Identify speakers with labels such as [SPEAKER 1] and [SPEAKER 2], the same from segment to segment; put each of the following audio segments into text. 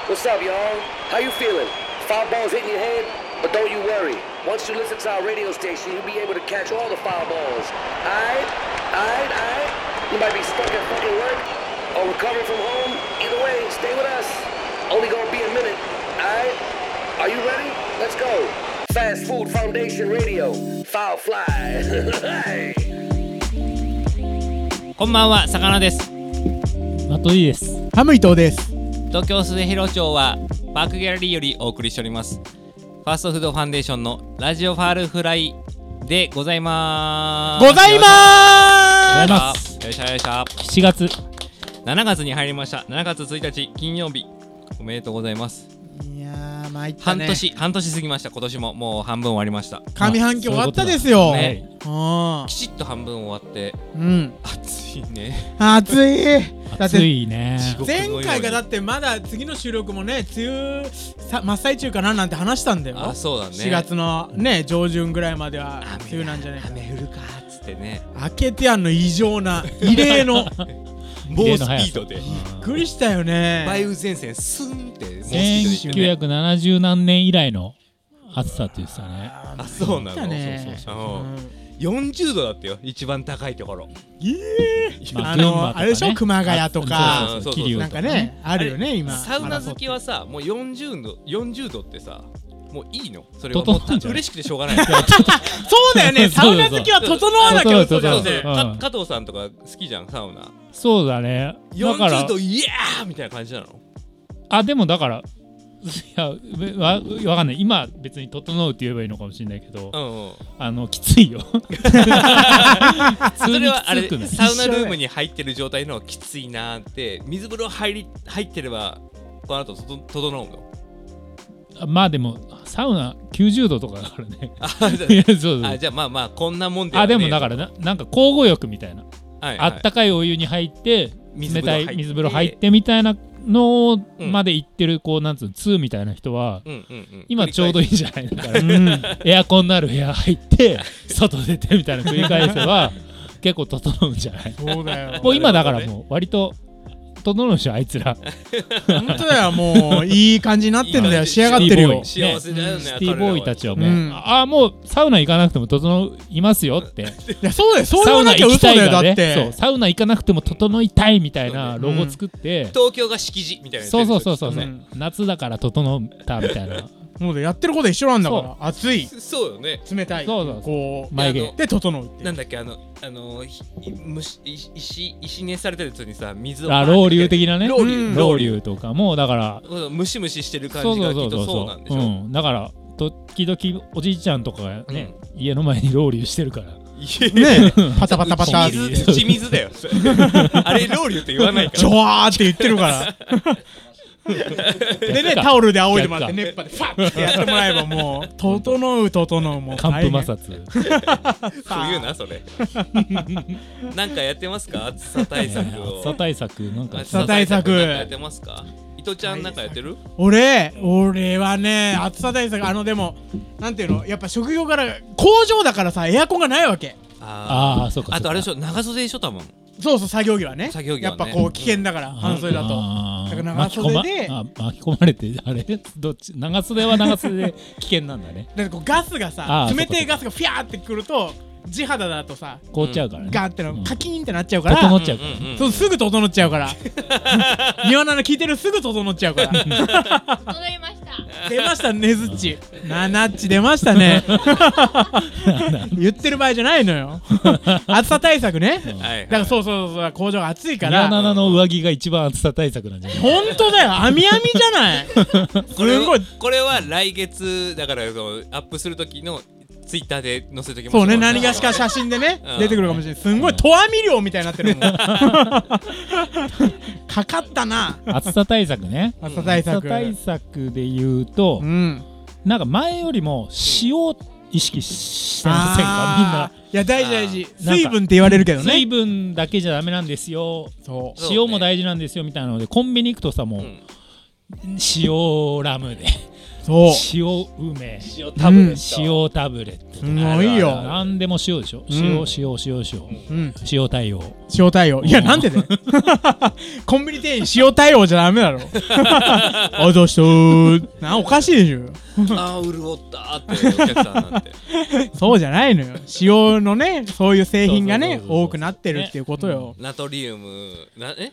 [SPEAKER 1] What's up, y'all? How you feeling? Foul balls hitting your head? But don't you worry. Once you listen to our radio station, you'll be able to catch all the foul balls. Aight? Aight? Aight? You might be stuck at fucking work or recovering from home. Either way, stay with us. Only gonna be a minute. Aight? Are you ready? Let's go. Fast Food Foundation Radio. Foul fly. Hey.
[SPEAKER 2] こんばんは、さかなです。
[SPEAKER 3] マット D です。
[SPEAKER 4] ハム伊藤です。
[SPEAKER 2] 東京末広町はパークギャラリーよりお送りしております。ファーストフードファンデーションのラジオファールフライでございまーす。
[SPEAKER 4] ございま
[SPEAKER 3] ーす
[SPEAKER 2] す。よいしょよいしょ。
[SPEAKER 3] 7月。
[SPEAKER 2] 7月に入りました。7月1日金曜日。おめでとうございます。
[SPEAKER 4] いやー、参った
[SPEAKER 2] 半
[SPEAKER 4] ね。
[SPEAKER 2] 年、半年過ぎました。今年ももう半分終わりました。
[SPEAKER 4] 上半期終わったですよ。
[SPEAKER 2] ね
[SPEAKER 4] あ
[SPEAKER 2] きちっと半分終わって
[SPEAKER 4] ーうん。
[SPEAKER 2] 暑いね。
[SPEAKER 4] 暑い。だっ
[SPEAKER 3] 暑
[SPEAKER 4] て
[SPEAKER 3] いね。
[SPEAKER 2] 地獄のよう
[SPEAKER 4] 前
[SPEAKER 2] に
[SPEAKER 4] 回がだってまだ次の収録もね、梅雨さ真っ最中かななんて話したんだよ。
[SPEAKER 2] あ、そうだね。
[SPEAKER 4] 4月のね上旬ぐらいまでは梅雨なんじゃないか
[SPEAKER 2] 雨降るかーっつってね。
[SPEAKER 4] 明けてやんの異常な異 例の
[SPEAKER 2] 猛スピ
[SPEAKER 3] 例の速さ
[SPEAKER 2] ードで。
[SPEAKER 4] びっくりしたよね
[SPEAKER 2] 梅雨前線スンってもうスピードで行ってね
[SPEAKER 3] 1970何年以来の暑さって言ってたね。
[SPEAKER 2] あそうなの、
[SPEAKER 4] ね
[SPEAKER 2] そうそうそううん40度だったよ一番高いところ
[SPEAKER 3] ま
[SPEAKER 4] あ
[SPEAKER 3] 群馬とかね
[SPEAKER 4] のあれでしょ熊谷とか
[SPEAKER 3] そうそ
[SPEAKER 2] そ
[SPEAKER 3] うそう
[SPEAKER 2] うそう
[SPEAKER 3] 桐生
[SPEAKER 4] なん
[SPEAKER 3] とか
[SPEAKER 4] かねあるよね今
[SPEAKER 2] サウナ好きはさもう40度40度ってさもういいのそれはもう
[SPEAKER 3] 整うんじゃない
[SPEAKER 2] 嬉しくてしょうがないか
[SPEAKER 4] そう だよね、サ
[SPEAKER 3] そ
[SPEAKER 4] ウ
[SPEAKER 3] うそう
[SPEAKER 4] ナ好きは整わなきゃ嘘だよ
[SPEAKER 3] そうそう
[SPEAKER 4] ね。
[SPEAKER 3] そううん
[SPEAKER 2] 加藤さんとか好きじゃんサウナ
[SPEAKER 3] そうだね。だか
[SPEAKER 2] 40
[SPEAKER 3] ら
[SPEAKER 2] 度、イエーみたいな感じなの
[SPEAKER 3] あ、でもだから、いや、べわわかんない。今、別に整うって言えばいいのかもしれないけど
[SPEAKER 2] う、ん、うん、
[SPEAKER 3] あの、きつ いよ。普
[SPEAKER 2] そ
[SPEAKER 3] 通に
[SPEAKER 2] れはあ
[SPEAKER 3] き
[SPEAKER 2] れ
[SPEAKER 3] つくない。
[SPEAKER 2] サウナルームに入ってる状態のきついなーって水風呂入り入ってればこの後とと整うの
[SPEAKER 3] まあでも、サウナ90度とかだからね。
[SPEAKER 2] あじゃ
[SPEAKER 3] いや、 そうそう
[SPEAKER 2] ああ。じゃあまあまあこんなもんでは
[SPEAKER 3] あ、
[SPEAKER 2] ねえ
[SPEAKER 3] でもだからな、なんか交互浴みたいな。
[SPEAKER 2] はいは
[SPEAKER 3] あ
[SPEAKER 2] い
[SPEAKER 3] ったかいお湯に入って、
[SPEAKER 2] 水風
[SPEAKER 3] 冷
[SPEAKER 2] 呂
[SPEAKER 3] た
[SPEAKER 2] 入って
[SPEAKER 3] い水風呂入ってみたいなの
[SPEAKER 2] うん
[SPEAKER 3] まで行ってる、こう、なんつうの、2みたいな人は、
[SPEAKER 2] うんうんうん、
[SPEAKER 3] 今ちょうどいいんじゃないだから、
[SPEAKER 4] うん
[SPEAKER 3] エアコンのある部屋入って、外出てみたいな繰り返せば、結構整うんじゃない
[SPEAKER 4] そうだよ。
[SPEAKER 3] もう今
[SPEAKER 2] な
[SPEAKER 3] だ
[SPEAKER 2] るほど
[SPEAKER 3] か
[SPEAKER 2] ね
[SPEAKER 3] らもう、割と、整うでしょ、あいつら。
[SPEAKER 4] 本当だよ、もういい感じになってんだよ、
[SPEAKER 2] いい感じ
[SPEAKER 4] 仕上がってるよ
[SPEAKER 2] シ。幸せだよね
[SPEAKER 3] シティボーイたちはもう、
[SPEAKER 4] うん
[SPEAKER 3] ああ、もうサウナ行かなくても整いますよって。
[SPEAKER 4] いや、そうだよ、そう
[SPEAKER 3] サ
[SPEAKER 4] 言
[SPEAKER 3] ウ
[SPEAKER 4] わ
[SPEAKER 3] ナ
[SPEAKER 4] なきゃ
[SPEAKER 3] 行き
[SPEAKER 4] 嘘
[SPEAKER 3] た
[SPEAKER 4] だ
[SPEAKER 3] い
[SPEAKER 4] よ、だ
[SPEAKER 3] が
[SPEAKER 4] っ
[SPEAKER 3] ね
[SPEAKER 4] て
[SPEAKER 3] そう。サウナ行かなくても整いたいみたいなロゴ作って、
[SPEAKER 2] 東京が敷地みたいなやつ
[SPEAKER 3] そうそうそうそう、
[SPEAKER 4] ね
[SPEAKER 3] 夏だから整ったみたいな
[SPEAKER 4] もうだやってることは一緒なんだから、暑い、
[SPEAKER 2] そうよね
[SPEAKER 4] 冷たい、
[SPEAKER 3] そうそう
[SPEAKER 4] こ
[SPEAKER 3] 眉
[SPEAKER 2] いやあ
[SPEAKER 3] 毛
[SPEAKER 4] う、で、整うっていう
[SPEAKER 2] なんだっけあのあのひ虫石石石熱されたやつにさ水を
[SPEAKER 3] あロウリュウ的なね
[SPEAKER 2] ロウリュウ
[SPEAKER 3] うんロウリュウとかもだから
[SPEAKER 2] うんムシムシしてる
[SPEAKER 3] そ
[SPEAKER 2] 感
[SPEAKER 3] う
[SPEAKER 2] じ
[SPEAKER 3] そう
[SPEAKER 2] が
[SPEAKER 3] そ
[SPEAKER 2] きっ
[SPEAKER 3] うそ
[SPEAKER 2] と
[SPEAKER 3] う
[SPEAKER 2] そうなんでし
[SPEAKER 3] う
[SPEAKER 2] ょ
[SPEAKER 3] ん、だから時々おじいちゃんとかがね、家の前にロウリュウして るから
[SPEAKER 4] ね、パタパタパタ
[SPEAKER 2] 打ち、水打ち水 だよあれロウリュウって言わないか
[SPEAKER 4] ジ
[SPEAKER 2] ら
[SPEAKER 4] ョワーって言ってるから。でね、タオルで仰いでもらって、熱波でファッってやってもらえば、もう、整う、整う、もう。
[SPEAKER 3] 寒風摩
[SPEAKER 4] 大
[SPEAKER 3] 擦
[SPEAKER 2] 冬なそれ なんかやってますか暑さ対策を
[SPEAKER 3] 暑さ対策なんか
[SPEAKER 2] 暑
[SPEAKER 4] さ対策
[SPEAKER 2] なんかやってますか伊藤ちゃんなんかやってる
[SPEAKER 4] 俺俺はね暑さ対策あのでもなんていうのやっぱ職業から工場だからさエアコンがないわけ
[SPEAKER 2] あ
[SPEAKER 3] ああそうか
[SPEAKER 2] ああとあれでし
[SPEAKER 3] ょ
[SPEAKER 2] ょ長袖でしょ多分
[SPEAKER 4] そうそう作業着はね
[SPEAKER 2] 作業着はね
[SPEAKER 4] やっぱこう危険だから半袖だとだから長袖
[SPEAKER 3] 巻
[SPEAKER 4] で
[SPEAKER 3] き込まあ巻き込まれてあれどっち長袖は長袖で危険なんだね
[SPEAKER 4] だってこうガスがさ
[SPEAKER 3] あー
[SPEAKER 4] 冷てえガスがフィャーってくると地肌だとさ
[SPEAKER 3] 凍っちゃうからね、
[SPEAKER 4] ガーってのカキーンってなっちゃうから、
[SPEAKER 3] 整っちゃうから、
[SPEAKER 2] んん
[SPEAKER 4] そうすぐ整っちゃう から庭菜の聞いてるすぐ整っちゃうから
[SPEAKER 5] 整いました。
[SPEAKER 4] 出ましたねずっちななっち出まし たね言ってる場合じゃないのよ暑さ対策ね、
[SPEAKER 2] はいはい
[SPEAKER 4] だからそうそうそうそう工場が暑いか
[SPEAKER 3] 宮
[SPEAKER 4] ら
[SPEAKER 3] 七の上着が一番暑さ対策なんじゃない
[SPEAKER 4] 本当だよ網網じゃない す
[SPEAKER 2] これ
[SPEAKER 4] ごい
[SPEAKER 2] これは来月だからそのアップする時のツイッターで載せときます
[SPEAKER 4] そうね何がしか写真でね
[SPEAKER 2] うん
[SPEAKER 4] 出てくるかもしれないすんごい投網漁みたいになって るもんかかったな
[SPEAKER 3] 暑さ対策ね
[SPEAKER 4] 暑さ対
[SPEAKER 3] 暑さ
[SPEAKER 4] 策
[SPEAKER 3] 対策で言うと
[SPEAKER 4] うん
[SPEAKER 3] なんか前よりも塩を意識してません
[SPEAKER 4] あ
[SPEAKER 3] か
[SPEAKER 4] ーいや大事大事
[SPEAKER 3] ーなんか
[SPEAKER 4] 水分って言われるけ
[SPEAKER 3] み
[SPEAKER 4] ど
[SPEAKER 3] んな水
[SPEAKER 4] ね
[SPEAKER 3] 分だけじゃダメなんですよ
[SPEAKER 4] そう
[SPEAKER 2] そうね
[SPEAKER 3] 塩も大事なんですよみたいなのでコンビニ行くとさもう
[SPEAKER 2] うん
[SPEAKER 3] 塩ラムで
[SPEAKER 4] そうす
[SPEAKER 3] 塩梅
[SPEAKER 2] 塩タブレ
[SPEAKER 3] Mm,
[SPEAKER 2] ット、
[SPEAKER 3] 塩タブレット
[SPEAKER 4] ごい
[SPEAKER 2] ある
[SPEAKER 4] よ
[SPEAKER 2] あ
[SPEAKER 3] 何でも塩でしょ
[SPEAKER 4] ん
[SPEAKER 3] 塩塩塩塩
[SPEAKER 4] うん
[SPEAKER 3] 塩対応
[SPEAKER 4] 塩対応いやなんでだよ コンビニ店員塩対応じゃダメだろ あどうしたーなおかしいでしょ
[SPEAKER 2] あー潤ったーってお客さんなんて
[SPEAKER 4] そうじゃないのよ塩のねそういう製品が
[SPEAKER 3] そ
[SPEAKER 4] ね
[SPEAKER 3] うそうそうそう
[SPEAKER 4] 多くなってるっていうことよ
[SPEAKER 2] ナトリウムなえ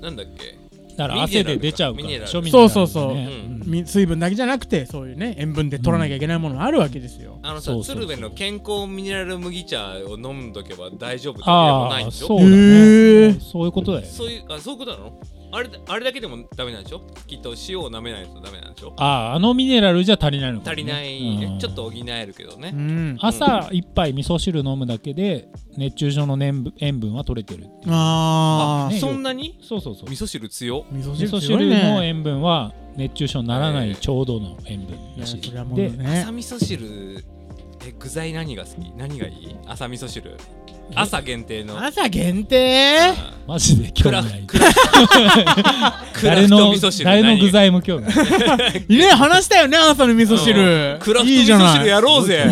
[SPEAKER 2] なんだっけ
[SPEAKER 3] だから汗で出ちゃうから
[SPEAKER 2] ミネラル
[SPEAKER 3] 庶民
[SPEAKER 4] そうそうそう
[SPEAKER 3] ね
[SPEAKER 2] うん
[SPEAKER 4] み水分だけじゃなくてそういうね塩分で取らなきゃいけないものがあるわけですよ
[SPEAKER 2] あのさ
[SPEAKER 3] そうそうそう
[SPEAKER 2] 鶴瓶の健康ミネラル麦茶を飲んどけば大丈夫ってことでも
[SPEAKER 3] あ
[SPEAKER 2] ない
[SPEAKER 3] あ
[SPEAKER 2] でし
[SPEAKER 3] そ
[SPEAKER 2] ょ
[SPEAKER 3] うだ
[SPEAKER 4] へ
[SPEAKER 3] ね
[SPEAKER 4] ー
[SPEAKER 3] そういうことだよね
[SPEAKER 2] そういうあそういうことなのあれあれだけでもダメなんでしょきっと塩を舐めないとダメなんでしょ
[SPEAKER 3] あああのミネラルじゃ足りないのかも
[SPEAKER 2] 足り
[SPEAKER 3] ね
[SPEAKER 2] ない、ね
[SPEAKER 3] うん
[SPEAKER 2] ちょっと補えるけどね、
[SPEAKER 4] うん
[SPEAKER 3] 朝一杯味噌汁飲むだけで熱中症の塩分塩分は取れてるっていう
[SPEAKER 4] あ
[SPEAKER 3] あね
[SPEAKER 2] そんなに
[SPEAKER 3] そうそうそう
[SPEAKER 2] 味噌汁強
[SPEAKER 4] ー味噌
[SPEAKER 3] 味
[SPEAKER 4] 汁
[SPEAKER 3] 噌
[SPEAKER 4] 強
[SPEAKER 3] 汁
[SPEAKER 4] い
[SPEAKER 3] の
[SPEAKER 4] ね
[SPEAKER 3] 塩分は熱中症にならな
[SPEAKER 2] ええ
[SPEAKER 3] いちょうどの塩分らしい
[SPEAKER 4] いやそれはもう
[SPEAKER 3] で
[SPEAKER 4] ね
[SPEAKER 2] 朝味噌汁え具材何が好き何がいい朝味噌汁朝限定の
[SPEAKER 4] 朝限定
[SPEAKER 3] マジで
[SPEAKER 2] ク
[SPEAKER 3] 興味
[SPEAKER 2] ラ
[SPEAKER 3] ない
[SPEAKER 2] フク ラクラ
[SPEAKER 3] 誰
[SPEAKER 2] フト
[SPEAKER 3] の
[SPEAKER 2] 味噌汁
[SPEAKER 3] 誰の
[SPEAKER 2] 何
[SPEAKER 3] 具材も興味ない
[SPEAKER 4] ね話したよね朝の味噌
[SPEAKER 2] うん
[SPEAKER 4] 汁
[SPEAKER 2] クラフト
[SPEAKER 4] いい
[SPEAKER 2] 味
[SPEAKER 4] じゃ
[SPEAKER 2] 噌汁
[SPEAKER 4] ない
[SPEAKER 2] やろうぜ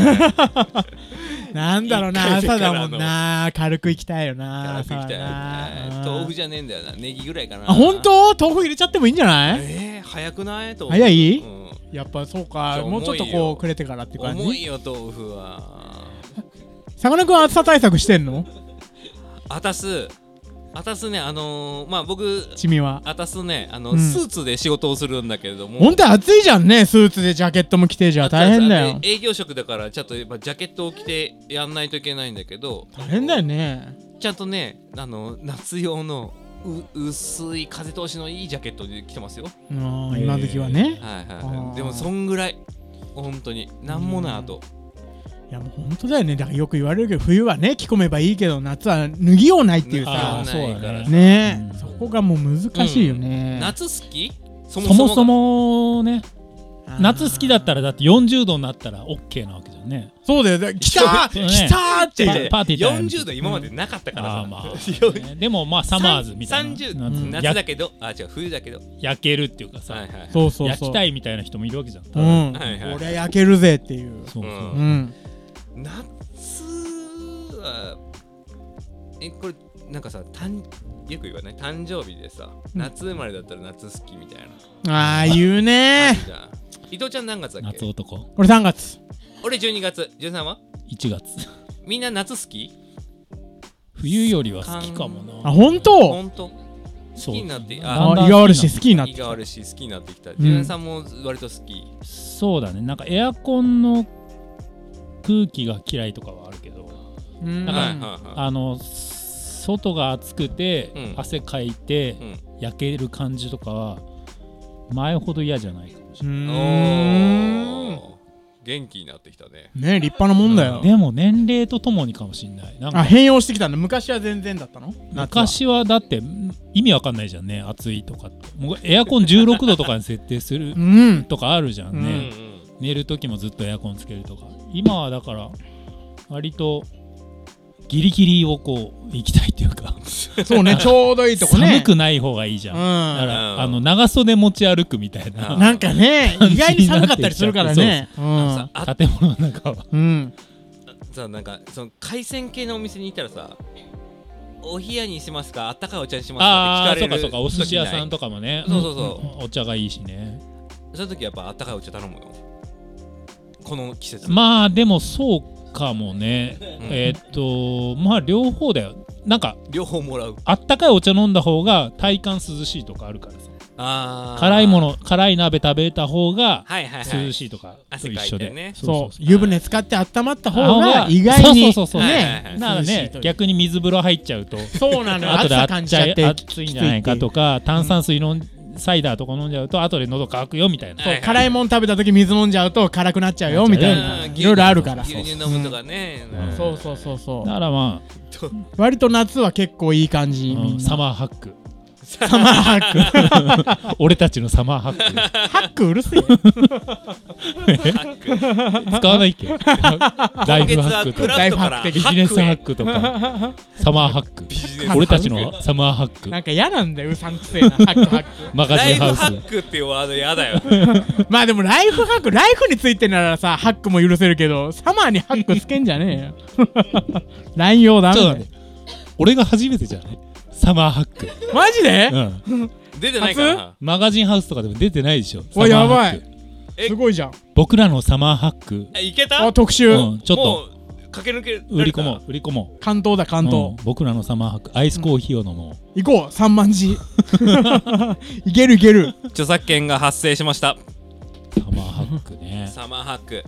[SPEAKER 4] なんだろうな
[SPEAKER 2] 一回
[SPEAKER 4] 朝
[SPEAKER 2] 目から
[SPEAKER 4] だ
[SPEAKER 2] の
[SPEAKER 4] もんな軽くいきたいよな
[SPEAKER 2] 辛くいきたいえー
[SPEAKER 4] 朝はな
[SPEAKER 2] 豆腐じゃねえんだよなネギぐらいかな
[SPEAKER 4] あ本当豆腐入れちゃってもいいんじゃない
[SPEAKER 2] えー、早くないと
[SPEAKER 4] 早い
[SPEAKER 2] うん
[SPEAKER 4] やっぱそう
[SPEAKER 2] じ
[SPEAKER 4] か
[SPEAKER 2] ゃあ
[SPEAKER 4] もうちょっと
[SPEAKER 2] 重い
[SPEAKER 4] こ
[SPEAKER 2] よ
[SPEAKER 4] うくれてからって感
[SPEAKER 2] 重い
[SPEAKER 4] じ
[SPEAKER 2] よ豆腐は
[SPEAKER 4] さかなクンは暑さ対策してんの
[SPEAKER 2] あたすあたすねあのー、まあ僕
[SPEAKER 4] チミは
[SPEAKER 2] あたすねあの、
[SPEAKER 4] うん
[SPEAKER 2] スーツで仕事をするんだけれども
[SPEAKER 4] 本当暑いじゃんねスーツでジャケットも着てじゃ大変だ
[SPEAKER 2] あ
[SPEAKER 4] よ
[SPEAKER 2] と営業職だからちょっとやっぱジャケットを着てやんないといけないんだけど
[SPEAKER 4] 大変だよね
[SPEAKER 2] ちゃんとねあの夏用のう薄い風通しのいいジャケットで着てますよ
[SPEAKER 4] うん
[SPEAKER 3] えー
[SPEAKER 4] 今時はね
[SPEAKER 2] はいはい
[SPEAKER 4] あ
[SPEAKER 2] は
[SPEAKER 4] ー
[SPEAKER 2] いでもそんぐらい本当になんもないあと
[SPEAKER 4] いやもう本当だよねだからよく言われるけど冬はね着込めばいいけど夏は脱ぎようないっていう
[SPEAKER 3] あ
[SPEAKER 4] さ
[SPEAKER 2] 脱
[SPEAKER 3] あそう
[SPEAKER 2] ぎようないか
[SPEAKER 3] だ
[SPEAKER 2] ら
[SPEAKER 3] ね
[SPEAKER 4] ね
[SPEAKER 3] うん
[SPEAKER 4] そこがもう難しいよね
[SPEAKER 2] 夏好きそ
[SPEAKER 3] そもそもね夏好きだった
[SPEAKER 4] ら
[SPEAKER 3] らだって40度になったら OK なわけじゃんね
[SPEAKER 4] そうだよだから来た
[SPEAKER 3] そうね
[SPEAKER 4] 来たーっ
[SPEAKER 2] い
[SPEAKER 4] て
[SPEAKER 2] やい
[SPEAKER 3] パ
[SPEAKER 2] や
[SPEAKER 3] パーティータイム
[SPEAKER 2] 40度今までなかったから
[SPEAKER 3] あ
[SPEAKER 2] さ
[SPEAKER 3] あま
[SPEAKER 2] よ
[SPEAKER 3] あ、ねでもまあサマーズみたいな
[SPEAKER 2] 30
[SPEAKER 3] なんつうの
[SPEAKER 2] 夏
[SPEAKER 3] や
[SPEAKER 2] だけどあ違う冬だけど
[SPEAKER 3] 焼けるっていうかさ、
[SPEAKER 2] はいはい
[SPEAKER 4] そうそう
[SPEAKER 3] 焼
[SPEAKER 4] そう
[SPEAKER 3] きたいみたいな人もいるわけじゃん多
[SPEAKER 4] う
[SPEAKER 3] 分
[SPEAKER 4] ん
[SPEAKER 2] はいはい
[SPEAKER 4] 俺焼けるぜっていう
[SPEAKER 3] そうそう、
[SPEAKER 2] うん
[SPEAKER 4] うん
[SPEAKER 2] 夏はえこれなんかさ誕よく言わない誕生日でさ夏生まれだったら夏好きみたいな、
[SPEAKER 4] ああ言う
[SPEAKER 2] あ
[SPEAKER 4] ね
[SPEAKER 2] るじゃん伊藤ちゃん何月だっ
[SPEAKER 3] 夏
[SPEAKER 2] け
[SPEAKER 3] 男
[SPEAKER 4] 俺3月
[SPEAKER 2] 俺12月13は
[SPEAKER 3] 1月
[SPEAKER 2] みんな夏好き
[SPEAKER 3] 冬よりは好きかも
[SPEAKER 4] あ
[SPEAKER 3] な
[SPEAKER 4] 本当
[SPEAKER 2] 本当
[SPEAKER 3] そう
[SPEAKER 2] 好きになって
[SPEAKER 3] だん
[SPEAKER 4] あ
[SPEAKER 3] だん
[SPEAKER 4] 胃が悪いし好きになっ
[SPEAKER 2] 気
[SPEAKER 4] てき
[SPEAKER 2] が
[SPEAKER 4] た
[SPEAKER 2] 悪いし好きになってきた
[SPEAKER 4] ん
[SPEAKER 2] ジュンさんも割と好き、
[SPEAKER 3] そうだねなんかエアコンの空気が嫌いとかはあるけど
[SPEAKER 4] うん
[SPEAKER 3] だ
[SPEAKER 2] はい
[SPEAKER 3] か
[SPEAKER 2] はいは
[SPEAKER 3] あの外が暑くて、
[SPEAKER 2] うん
[SPEAKER 3] 汗かい
[SPEAKER 2] い、
[SPEAKER 3] て、
[SPEAKER 2] うん
[SPEAKER 3] 焼ける感じとかは前ほど嫌じゃないかもし
[SPEAKER 4] う
[SPEAKER 3] れ
[SPEAKER 4] ーん
[SPEAKER 2] おー元気になってきたね
[SPEAKER 4] ね立派なもんだよ
[SPEAKER 3] ない、でも年齢とともにかもしれないなん
[SPEAKER 4] あ
[SPEAKER 3] か
[SPEAKER 4] 変容してきたんだ昔は全然だったの夏は
[SPEAKER 3] 昔はだってん意味わかんないじゃんね暑いとかってもうエアコン16度とかに設定する
[SPEAKER 4] うん
[SPEAKER 3] とかあるじゃん
[SPEAKER 2] う
[SPEAKER 3] ね、寝る時もずっとエアコンつけるとか今はだから割とギリギリをこう行きたいっていうか
[SPEAKER 4] そうねちょうどいいとこね
[SPEAKER 3] 寒くない方がいいじゃん、
[SPEAKER 4] うん
[SPEAKER 3] だから、
[SPEAKER 2] うん
[SPEAKER 3] あの長袖持ち歩くみたい
[SPEAKER 2] うん
[SPEAKER 3] な
[SPEAKER 4] なんかね意外に寒かったりするからねう
[SPEAKER 2] あのさ
[SPEAKER 4] ん
[SPEAKER 2] あ
[SPEAKER 3] 建物の中は
[SPEAKER 4] うん
[SPEAKER 2] さなんかその海鮮系のお店に行ったらさお冷やにしますかあったかいお茶にしますか
[SPEAKER 3] あ
[SPEAKER 2] っ
[SPEAKER 3] あ
[SPEAKER 2] て
[SPEAKER 3] そう
[SPEAKER 2] 聞か
[SPEAKER 3] か
[SPEAKER 2] れる
[SPEAKER 3] そうかお寿司屋さん
[SPEAKER 2] と
[SPEAKER 3] とかもね
[SPEAKER 2] そうそうそ
[SPEAKER 3] うんお茶がいいしね
[SPEAKER 2] その時やっぱあったかいお茶頼むよこの季節
[SPEAKER 3] まあでもそうかもね、えーっとまあ両方だよなんか
[SPEAKER 2] 両方もらう
[SPEAKER 3] あったかいお茶飲んだ方が体感涼しいとかあるからさ
[SPEAKER 2] あー
[SPEAKER 3] 辛いもの辛い鍋食べた方が
[SPEAKER 2] はいはいはい
[SPEAKER 3] 涼しいとかと
[SPEAKER 2] 汗
[SPEAKER 3] 一
[SPEAKER 2] かい
[SPEAKER 3] 緒
[SPEAKER 2] て
[SPEAKER 3] で、
[SPEAKER 2] ね
[SPEAKER 4] そう湯船使って温まった方が
[SPEAKER 3] あ
[SPEAKER 4] 意外に
[SPEAKER 3] そうそうそうそう
[SPEAKER 4] ね
[SPEAKER 3] だからね
[SPEAKER 4] 涼しいという
[SPEAKER 3] 逆に水風呂入っちゃうと
[SPEAKER 4] そうなのよ
[SPEAKER 3] 後
[SPEAKER 4] 暑
[SPEAKER 3] で
[SPEAKER 4] さ
[SPEAKER 3] あっ
[SPEAKER 4] 感じ
[SPEAKER 3] ち
[SPEAKER 4] ちゃ
[SPEAKER 3] ゃ
[SPEAKER 4] って
[SPEAKER 3] 暑いんじゃないかとか炭酸水飲んサイダーとか飲んじゃうと後で喉乾くよみたいな
[SPEAKER 2] はいはい
[SPEAKER 4] 辛いもん食べた時水飲んじゃうと辛くなっちゃうよみたいな
[SPEAKER 2] うん
[SPEAKER 4] いろいろあるから
[SPEAKER 2] 牛乳飲むとかね、
[SPEAKER 3] うん
[SPEAKER 2] うん
[SPEAKER 4] そうそうそうそ
[SPEAKER 3] だからま
[SPEAKER 4] う割と夏は結構いい感じ
[SPEAKER 3] あ、うん
[SPEAKER 4] みんな
[SPEAKER 3] サマーハック
[SPEAKER 4] サマーハック
[SPEAKER 3] 俺たちのサマーハック
[SPEAKER 4] ハックうるせえ
[SPEAKER 3] 使わないっけライフハックと
[SPEAKER 2] 今月はク
[SPEAKER 3] か
[SPEAKER 2] ラフトから
[SPEAKER 3] ビジネスハックとかサマーハッ ク
[SPEAKER 2] ジネス
[SPEAKER 3] 俺たちのサマーハック
[SPEAKER 4] なんか嫌なんだようさんくせえなハックハック
[SPEAKER 3] マガ
[SPEAKER 2] ラ
[SPEAKER 3] ジン
[SPEAKER 2] イフ
[SPEAKER 3] ハウ
[SPEAKER 2] ハ
[SPEAKER 3] ス
[SPEAKER 2] ックっていうワードやだよ。
[SPEAKER 4] まあでもライフハックライフについてならさハックも許せるけどサマーにハックつけんじゃねえよ 乱用ダメ
[SPEAKER 3] ちょっと
[SPEAKER 4] だ
[SPEAKER 3] 待
[SPEAKER 4] よ
[SPEAKER 3] って俺が初めてじゃないサマーハック、
[SPEAKER 4] マジで、
[SPEAKER 3] うん、
[SPEAKER 2] 出てないかな。
[SPEAKER 3] マガジンハウスとかでも出てないでしょサマ
[SPEAKER 4] わ
[SPEAKER 3] ーハ
[SPEAKER 4] やば
[SPEAKER 3] ッ
[SPEAKER 4] い
[SPEAKER 3] ク
[SPEAKER 2] え
[SPEAKER 4] すごいじゃん
[SPEAKER 3] 僕らのサマーハック、
[SPEAKER 2] えいけた
[SPEAKER 4] あ特集、
[SPEAKER 3] うん、ちょっと
[SPEAKER 2] もう駆け抜け
[SPEAKER 3] 売り込もう売り込も
[SPEAKER 4] 関東だ
[SPEAKER 3] う、
[SPEAKER 4] 関
[SPEAKER 3] う
[SPEAKER 4] 東、
[SPEAKER 3] ん、僕らのサマーハックアイスコーヒーを飲もう、
[SPEAKER 4] 行こう三万字いけるいける
[SPEAKER 2] う著作権が発生しました
[SPEAKER 3] サマーハックね
[SPEAKER 2] サマーハック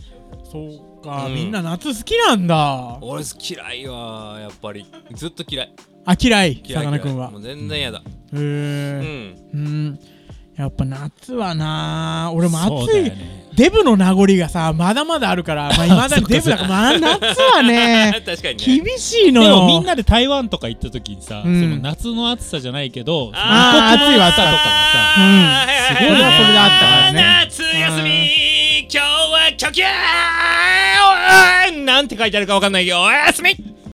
[SPEAKER 4] そうか、
[SPEAKER 2] うん
[SPEAKER 4] みんな夏好きなんだ
[SPEAKER 2] 俺嫌いわやっぱりずっと嫌い
[SPEAKER 4] あ嫌い
[SPEAKER 2] 嫌い
[SPEAKER 4] さかなクンは
[SPEAKER 2] もう全然嫌だ
[SPEAKER 4] へ
[SPEAKER 2] うん、
[SPEAKER 4] えうんやっぱ夏はな 俺も
[SPEAKER 3] そう
[SPEAKER 4] 暑
[SPEAKER 3] だ
[SPEAKER 4] い、
[SPEAKER 3] よね
[SPEAKER 4] デブの名残がさまだまだあるからまあ未だにデブだからまあ夏はね
[SPEAKER 2] 確かに ね
[SPEAKER 4] 厳しいの
[SPEAKER 3] で
[SPEAKER 4] よ
[SPEAKER 3] もみんなで台湾とか行った時にさ、
[SPEAKER 4] うん
[SPEAKER 3] その夏の暑さじゃないけど
[SPEAKER 2] あー
[SPEAKER 3] その異国の暑さとかがさ
[SPEAKER 2] あー
[SPEAKER 3] すごいね
[SPEAKER 2] はは
[SPEAKER 3] それがあったから
[SPEAKER 4] ね
[SPEAKER 2] 夏休み今日はキョキャーおーなんて書いてあるかわかんないけどおやすみ